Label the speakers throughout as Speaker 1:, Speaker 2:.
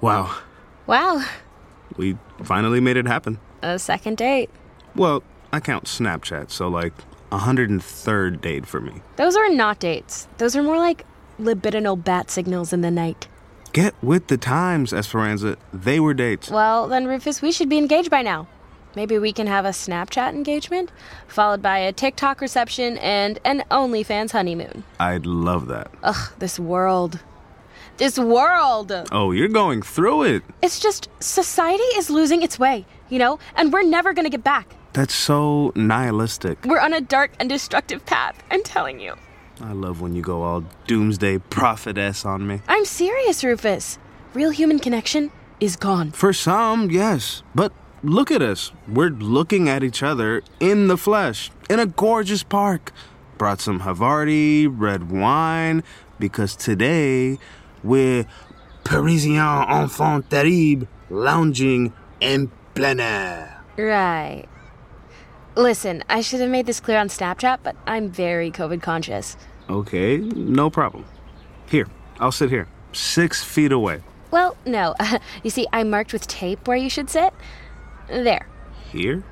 Speaker 1: Wow,
Speaker 2: Wow,
Speaker 1: we finally made it happen.
Speaker 2: a second date.
Speaker 1: Well, I count Snapchat, so like 103rd date for me.
Speaker 2: Those are not dates. Those are more like libidinal bat signals in the night.
Speaker 1: Get with the times, Esperanza. They were dates.
Speaker 2: Well, then, Rufus, we should be engaged by now. Maybe we can have a Snapchat engagement, followed by a TikTok reception and an OnlyFans honeymoon.
Speaker 1: I'd love that.
Speaker 2: Ugh, this world. This world!
Speaker 1: Oh, you're going through it.
Speaker 2: It's just society is losing its way, you know, and we're never gonna get back.
Speaker 1: That's so nihilistic.
Speaker 2: We're on a dark and destructive path, I'm telling you.
Speaker 1: I love when you go all doomsday prophetess on me.
Speaker 2: I'm serious, Rufus. Real human connection is gone.
Speaker 1: For some, yes. But look at us. We're looking at each other in the flesh, in a gorgeous park. Brought some Havarti, red wine, because today we're Parisian enfant terrible lounging in plein air.
Speaker 2: Right. Listen, I should have made this clear on Snapchat, but I'm very COVID conscious.
Speaker 1: Okay, no problem. Here, I'll sit here, six feet away.
Speaker 2: Well, no. you see, I marked with tape where you should sit. There.
Speaker 1: Here?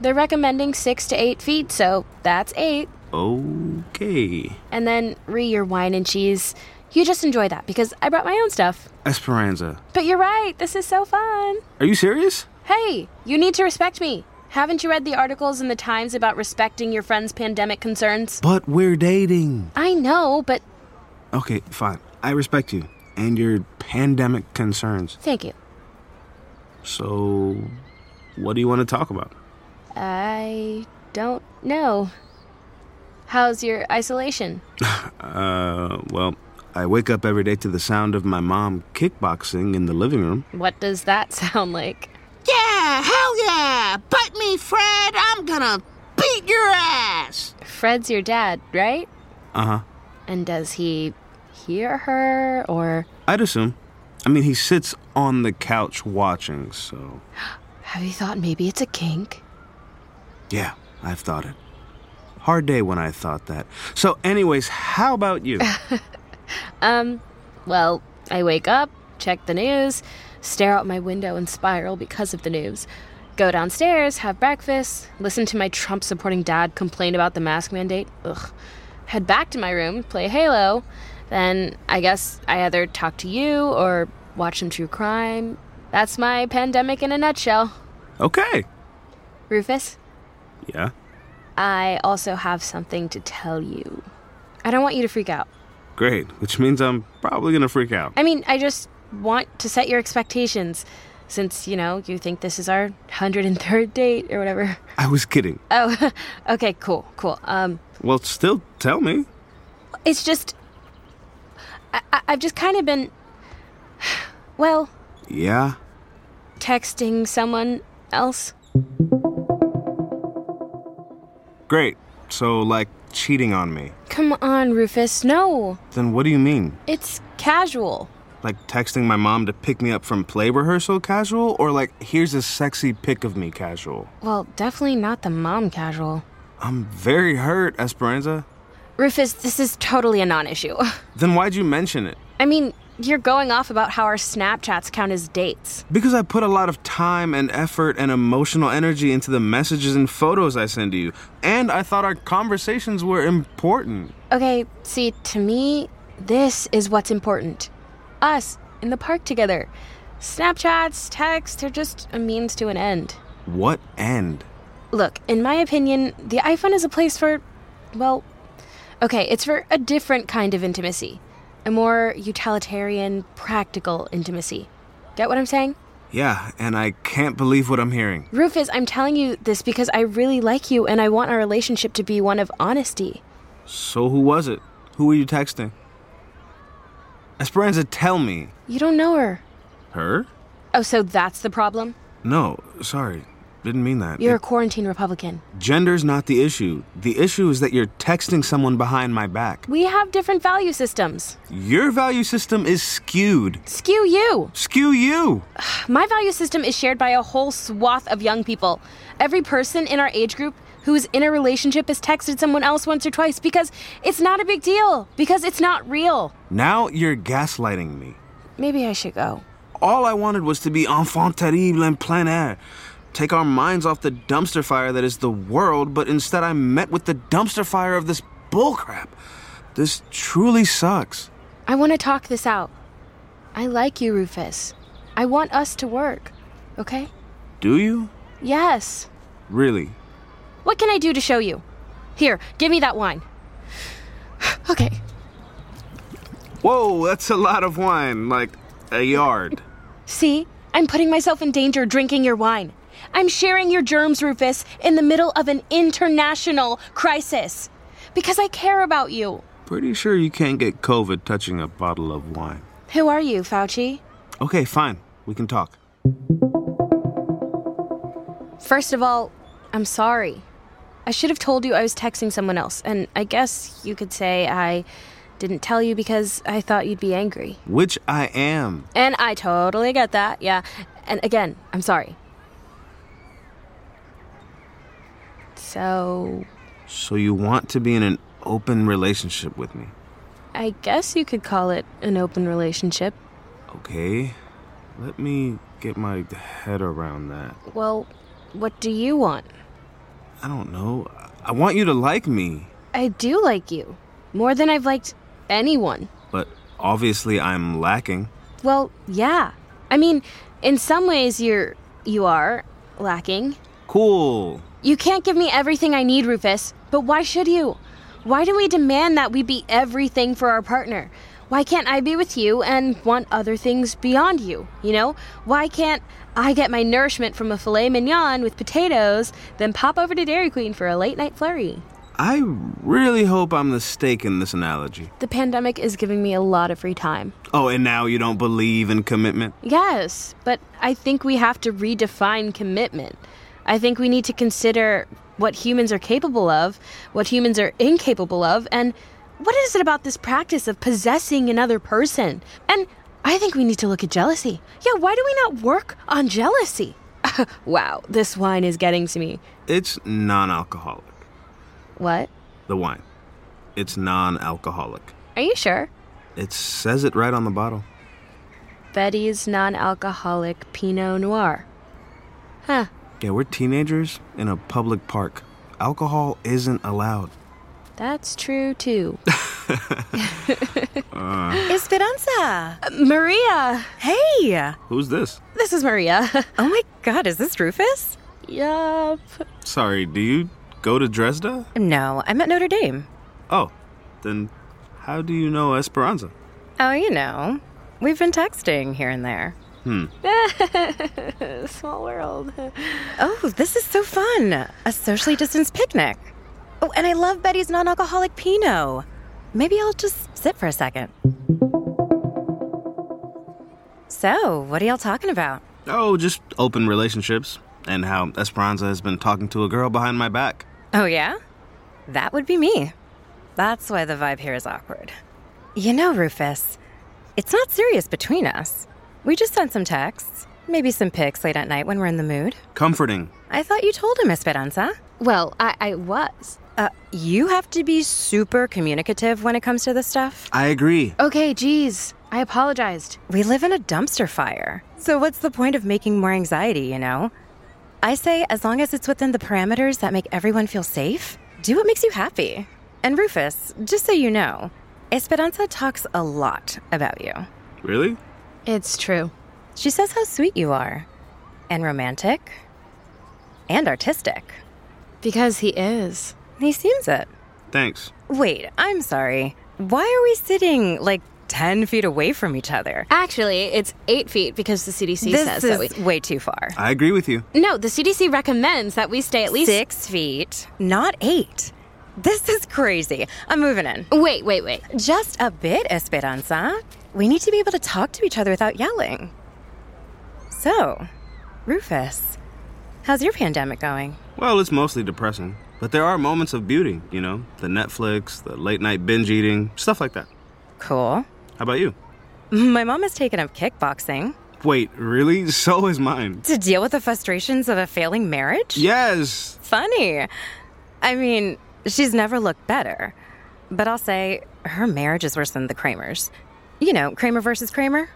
Speaker 2: They're recommending six to eight feet, so that's eight.
Speaker 1: Okay.
Speaker 2: And then re your wine and cheese. You just enjoy that because I brought my own stuff.
Speaker 1: Esperanza,
Speaker 2: But you're right, this is so fun.
Speaker 1: are you serious?
Speaker 2: Hey, you need to respect me. Haven't you read the articles in the Times about respecting your friends' pandemic concerns?
Speaker 1: But we're dating.
Speaker 2: I know, but
Speaker 1: Okay, fine. I respect you and your pandemic concerns.
Speaker 2: thank you.
Speaker 1: So, what do you want to talk about?
Speaker 2: I don't know. How's your isolation?
Speaker 1: Uh, well, I wake up every day to the sound of my mom kickboxing in the living room.
Speaker 2: What does that sound like?
Speaker 3: Yeah, hell yeah! Bite me, Fred! I'm gonna beat your ass!
Speaker 2: Fred's your dad, right?
Speaker 1: Uh huh.
Speaker 2: And does he hear her or
Speaker 1: I'd assume. I mean, he sits on the couch watching, so.
Speaker 2: have you thought maybe it's a kink?
Speaker 1: Yeah, I've thought it. Hard day when I thought that. So, anyways, how about you?
Speaker 2: Well, I wake up, check the news, stare out my window and spiral because of the news. Go downstairs, have breakfast, listen to my Trump supporting dad complain about the mask mandate. Ugh. Head back to my room, play Halo. Then I guess I either talk to you or watch some true crime. That's my pandemic in a nutshell.
Speaker 1: okay.
Speaker 2: Rufus?
Speaker 1: Yeah.
Speaker 2: I also have something to tell you. I don't want you to freak out.
Speaker 1: Great, which means I'm probably gonna freak out.
Speaker 2: I mean, I just want to set your expectations since, you know, you think this is our 103rd date or whatever.
Speaker 1: I was kidding.
Speaker 2: Oh, okay, cool, cool. Um,
Speaker 1: Well, still tell me.
Speaker 2: it's just. I, I- I've just kind of been. Well,
Speaker 1: Yeah.
Speaker 2: texting someone else.
Speaker 1: Great. So, like, cheating on me.
Speaker 2: Come on, Rufus. No,
Speaker 1: Then what do you mean?
Speaker 2: it's casual.
Speaker 1: Like, texting my mom to pick me up from play rehearsal casual? Or, like, here's a sexy pic of me casual?
Speaker 2: Well, definitely not the mom casual.
Speaker 1: I'm very hurt, Esperanza.
Speaker 2: Rufus, this is totally a non issue.
Speaker 1: Then why'd you mention it?
Speaker 2: I mean, you're going off about how our Snapchats count as dates.
Speaker 1: Because I put a lot of time and effort and emotional energy into the messages and photos I send to you. And I thought our conversations were important.
Speaker 2: Okay, see, to me, this is what's important. Us in the park together. Snapchats, texts, they're just a means to an end.
Speaker 1: What end?
Speaker 2: Look, in my opinion, the iPhone is a place for, well, okay, it's for a different kind of intimacy. A more utilitarian, practical intimacy. Get what I'm saying?
Speaker 1: Yeah, and I can't believe what I'm hearing.
Speaker 2: Rufus, I'm telling you this because I really like you and I want our relationship to be one of honesty.
Speaker 1: So, who was it? Who were you texting? Esperanza, tell me.
Speaker 2: You don't know her.
Speaker 1: Her?
Speaker 2: Oh, so that's the problem?
Speaker 1: No, sorry. Didn't mean that.
Speaker 2: You're a
Speaker 1: It-
Speaker 2: quarantine Republican.
Speaker 1: gender's not the issue. The issue is that you're texting someone behind my back.
Speaker 2: We have different value systems.
Speaker 1: Your value system is skewed.
Speaker 2: Skew you.
Speaker 1: Skew you.
Speaker 2: My value system is shared by a whole swath of young people. Every person in our age group who is in a relationship has texted someone else once or twice because it's not a big deal, because it's not real.
Speaker 1: Now you're gaslighting me.
Speaker 2: Maybe I should go.
Speaker 1: All I wanted was to be enfant terrible in plein air. Take our minds off the dumpster fire that is the world, but instead I'm met with the dumpster fire of this bullcrap. This truly sucks.
Speaker 2: I want to talk this out. I like you, Rufus. I want us to work. Okay?
Speaker 1: Do you?
Speaker 2: Yes.
Speaker 1: Really?
Speaker 2: What can I do to show you? Here, give me that wine. Okay.
Speaker 1: Whoa, that's a lot of wine, like a yard.
Speaker 2: See? I'm putting myself in danger drinking your wine. I'm sharing your germs, Rufus, in the middle of an international crisis. Because I care about you.
Speaker 1: Pretty sure you can't get COVID touching a bottle of wine.
Speaker 2: Who are you, Fauci?
Speaker 1: Okay, fine. We can talk.
Speaker 2: First of all, I'm sorry. I should have told you I was texting someone else, and I guess you could say I didn't tell you because I thought you'd be angry.
Speaker 1: Which I am.
Speaker 2: And I totally get that, yeah. And again, I'm sorry. So,
Speaker 1: So you want to be in an open relationship with me.
Speaker 2: I guess you could call it an open relationship.
Speaker 1: Okay. Let me get my head around that.
Speaker 2: Well, what do you want?
Speaker 1: I don't know. I want you to like me,
Speaker 2: I do like you. More than I've liked anyone.
Speaker 1: but obviously I'm lacking.
Speaker 2: Well, yeah. I mean, in some ways you're you are lacking.
Speaker 1: Cool.
Speaker 2: You can't give me everything I need, Rufus, but why should you? Why do we demand that we be everything for our partner? Why can't I be with you and want other things beyond you? You know? Why can't I get my nourishment from a filet mignon with potatoes, then pop over to Dairy Queen for a late night flurry?
Speaker 1: I really hope I'm the steak in this analogy.
Speaker 2: The pandemic is giving me a lot of free time.
Speaker 1: Oh, and now you don't believe in commitment?
Speaker 2: Yes, but I think we have to redefine commitment. I think we need to consider what humans are capable of, what humans are incapable of, and what is it about this practice of possessing another person? And I think we need to look at jealousy. Yeah, why do we not work on jealousy? wow, this wine is getting to me.
Speaker 1: It's non alcoholic.
Speaker 2: What?
Speaker 1: The wine. It's non alcoholic.
Speaker 2: Are you sure?
Speaker 1: It says it right on the bottle.
Speaker 2: Betty's non alcoholic Pinot Noir. Huh.
Speaker 1: Yeah, we're teenagers in a public park. Alcohol isn't allowed.
Speaker 2: That's true too.
Speaker 4: Esperanza!
Speaker 2: Maria!
Speaker 4: Hey!
Speaker 1: Who's this?
Speaker 2: This is Maria.
Speaker 4: Oh my god, is this Rufus?
Speaker 2: yup.
Speaker 1: Sorry, do you go to Dresda?
Speaker 4: No, I'm at Notre Dame.
Speaker 1: Oh, then how do you know Esperanza?
Speaker 4: Oh, you know, we've been texting here and there.
Speaker 2: Small world.
Speaker 4: Oh, this is so fun! A socially distanced picnic. Oh, and I love Betty's non alcoholic Pinot. Maybe I'll just sit for a second. So, what are y'all talking about?
Speaker 1: Oh, just open relationships and how Esperanza has been talking to a girl behind my back.
Speaker 4: Oh, yeah? That would be me. That's why the vibe here is awkward. You know, Rufus, it's not serious between us. We just sent some texts, maybe some pics late at night when we're in the mood.
Speaker 1: Comforting.
Speaker 4: I thought you told him, Esperanza.
Speaker 2: Well, I, I was.
Speaker 4: Uh, you have to be super communicative when it comes to this stuff.
Speaker 1: I agree.
Speaker 2: Okay, geez. I apologized.
Speaker 4: We live in a dumpster fire. So, what's the point of making more anxiety, you know? I say, as long as it's within the parameters that make everyone feel safe, do what makes you happy. And Rufus, just so you know, Esperanza talks a lot about you.
Speaker 1: Really?
Speaker 2: It's true.
Speaker 4: She says how sweet you are, and romantic, and artistic.
Speaker 2: Because he is.
Speaker 4: He seems it.
Speaker 1: Thanks.
Speaker 4: Wait, I'm sorry. Why are we sitting like 10 feet away from each other?
Speaker 2: Actually, it's eight feet because the CDC
Speaker 4: this
Speaker 2: says
Speaker 4: is
Speaker 2: that we.
Speaker 4: way too far.
Speaker 1: I agree with you.
Speaker 2: No, the CDC recommends that we stay at least.
Speaker 4: Six feet, not eight. This is crazy. I'm moving in.
Speaker 2: Wait, wait, wait.
Speaker 4: Just a bit, Esperanza. We need to be able to talk to each other without yelling. So, Rufus, how's your pandemic going?
Speaker 1: Well, it's mostly depressing, but there are moments of beauty, you know? The Netflix, the late night binge eating, stuff like that.
Speaker 4: Cool.
Speaker 1: How about you?
Speaker 4: My mom has taken up kickboxing
Speaker 1: Wait, really? So is mine.
Speaker 4: to deal with the frustrations of a failing marriage?
Speaker 1: Yes!
Speaker 4: Funny. I mean, she's never looked better. But I'll say her marriage is worse than the Kramers. You know, Kramer versus Kramer?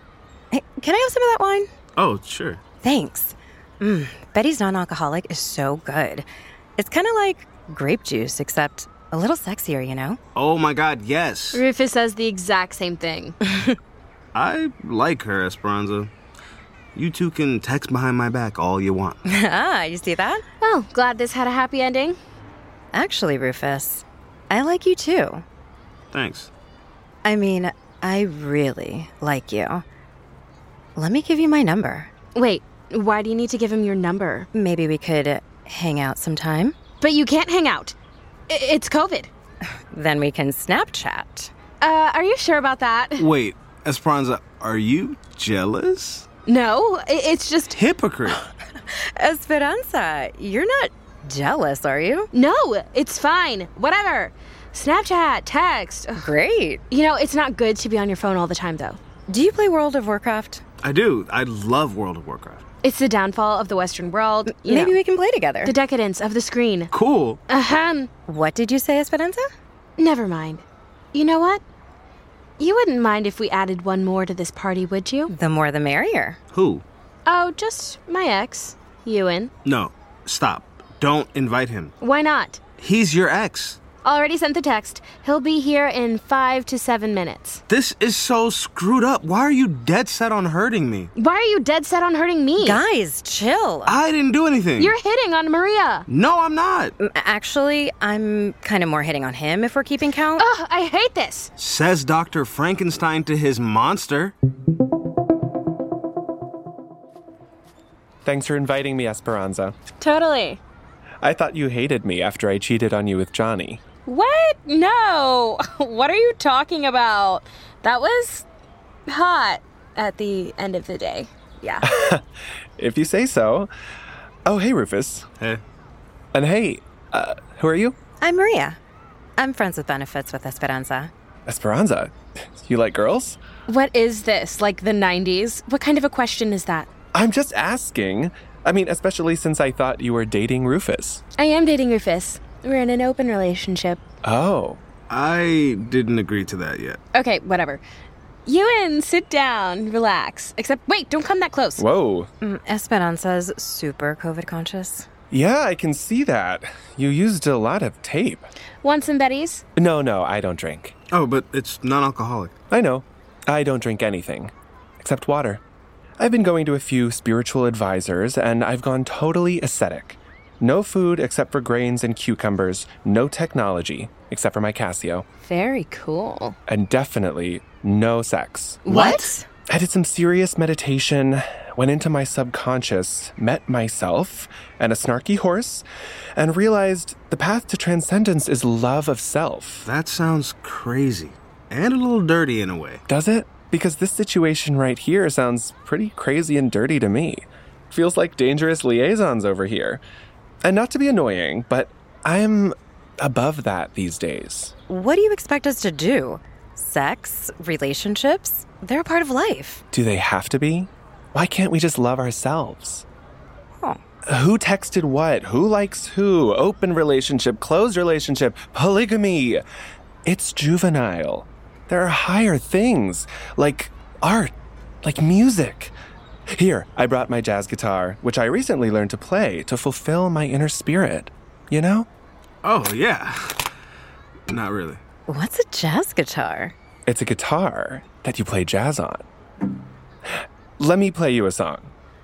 Speaker 4: Hey, Can I have some of that wine?
Speaker 1: Oh, sure.
Speaker 4: Thanks. Mm, Betty's non alcoholic is so good. It's kind of like grape juice, except a little sexier, you know?
Speaker 1: Oh my god, yes.
Speaker 2: Rufus says the exact same thing.
Speaker 1: I like her, Esperanza. You two can text behind my back all you want.
Speaker 4: ah, you see that?
Speaker 2: well, glad this had a happy ending.
Speaker 4: Actually, Rufus, I like you too.
Speaker 1: Thanks.
Speaker 4: I mean, I really like you. Let me give you my number.
Speaker 2: Wait, why do you need to give him your number?
Speaker 4: Maybe we could hang out sometime.
Speaker 2: But you can't hang out. I- it's COVID.
Speaker 4: Then we can Snapchat.
Speaker 2: Uh, are you sure about that?
Speaker 1: Wait, Esperanza, are you jealous?
Speaker 2: No, i- it's just
Speaker 1: Hypocrite.
Speaker 4: Esperanza, you're not jealous, are you?
Speaker 2: no. It's fine. Whatever. Snapchat, text. Ugh.
Speaker 4: Great.
Speaker 2: You know, it's not good to be on your phone all the time, though.
Speaker 4: Do you play World of Warcraft?
Speaker 1: I do. I love World of Warcraft.
Speaker 2: It's the downfall of the Western world. you
Speaker 4: Maybe
Speaker 2: know,
Speaker 4: we can play together.
Speaker 2: the decadence of the screen.
Speaker 1: Cool.
Speaker 2: Ahem.
Speaker 4: what did you say, Esperanza?
Speaker 2: Never mind. You know what? You wouldn't mind if we added one more to this party, would you?
Speaker 4: The more the merrier.
Speaker 1: Who?
Speaker 2: Oh, just my ex, Ewan.
Speaker 1: No, stop. Don't invite him.
Speaker 2: Why not?
Speaker 1: He's your ex.
Speaker 2: Already sent the text. He'll be here in five to seven minutes.
Speaker 1: This is so screwed up. Why are you dead set on hurting me?
Speaker 2: Why are you dead set on hurting me?
Speaker 4: Guys, chill.
Speaker 1: I didn't do anything.
Speaker 2: You're hitting on Maria.
Speaker 1: No, I'm not.
Speaker 4: Um, Actually, I'm kind of more hitting on him if we're keeping count.
Speaker 2: Ugh, I hate this.
Speaker 1: Says Dr. Frankenstein to his monster.
Speaker 5: Thanks for inviting me, Esperanza.
Speaker 2: Totally.
Speaker 5: I thought you hated me after I cheated on you with Johnny.
Speaker 2: What? No. What are you talking about? That was hot at the end of the day. Yeah.
Speaker 5: If you say so. Oh, hey, Rufus.
Speaker 1: Hey.
Speaker 5: And hey, uh, who are you?
Speaker 4: I'm Maria. I'm friends with benefits with Esperanza.
Speaker 5: Esperanza. You like girls?
Speaker 2: what is this? Like the 90s? What kind of a question is that?
Speaker 5: I'm just asking. I mean, especially since I thought you were dating Rufus.
Speaker 2: I am dating Rufus. We're in an open relationship.
Speaker 5: Oh.
Speaker 1: I didn't agree to that yet.
Speaker 2: Okay, whatever. Ewan, sit down, relax. Except, wait, don't come that close.
Speaker 5: Whoa.
Speaker 4: Mm, Esperanza's super COVID conscious.
Speaker 5: Yeah, I can see that. You used a lot of tape.
Speaker 2: Want some Betty's?
Speaker 5: No, no, I don't drink.
Speaker 1: Oh, but it's non alcoholic.
Speaker 5: I know. I don't drink anything except water. I've been going to a few spiritual advisors and I've gone totally ascetic. No food except for grains and cucumbers, no technology except for my Casio,
Speaker 2: Very cool.
Speaker 5: and definitely no sex.
Speaker 4: What?
Speaker 5: I did some serious meditation, went into my subconscious, met myself and a snarky horse, and realized the path to transcendence is love of self.
Speaker 1: That sounds crazy. And a little dirty in a way.
Speaker 5: Does it? Because this situation right here sounds pretty crazy and dirty to me. Feels like dangerous liaisons over here. And not to be annoying, but I'm above that these days.
Speaker 4: What do you expect us to do? Sex, relationships, they're a part of life.
Speaker 5: Do they have to be? Why can't we just love ourselves?
Speaker 4: Oh.
Speaker 5: Who texted what? Who likes who? Open relationship, closed relationship, polygamy. It's juvenile. There are higher things like art, like music. Here, I brought my jazz guitar, which I recently learned to play to fulfill my inner spirit. You know?
Speaker 1: Oh, yeah. Not really.
Speaker 4: What's a jazz guitar?
Speaker 5: It's a guitar that you play jazz on. Let me play you a song.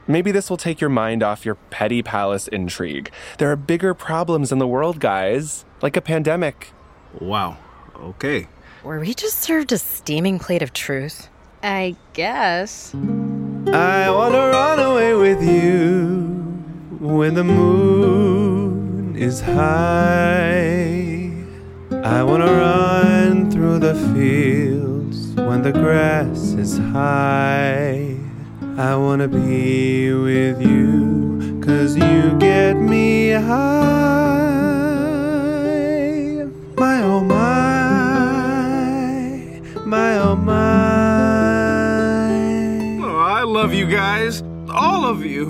Speaker 5: Maybe this will take your mind off your petty palace intrigue. There are bigger problems in the world, guys, like a pandemic.
Speaker 1: Wow. Okay.
Speaker 4: Were we just served a steaming plate of truth?
Speaker 2: I guess.
Speaker 5: I wanna run away with you when the moon is high. I wanna run through the fields when the grass is high. I wanna be with you, cause you get me high. My oh my, my oh my.
Speaker 1: Oh, I love you guys. All of you.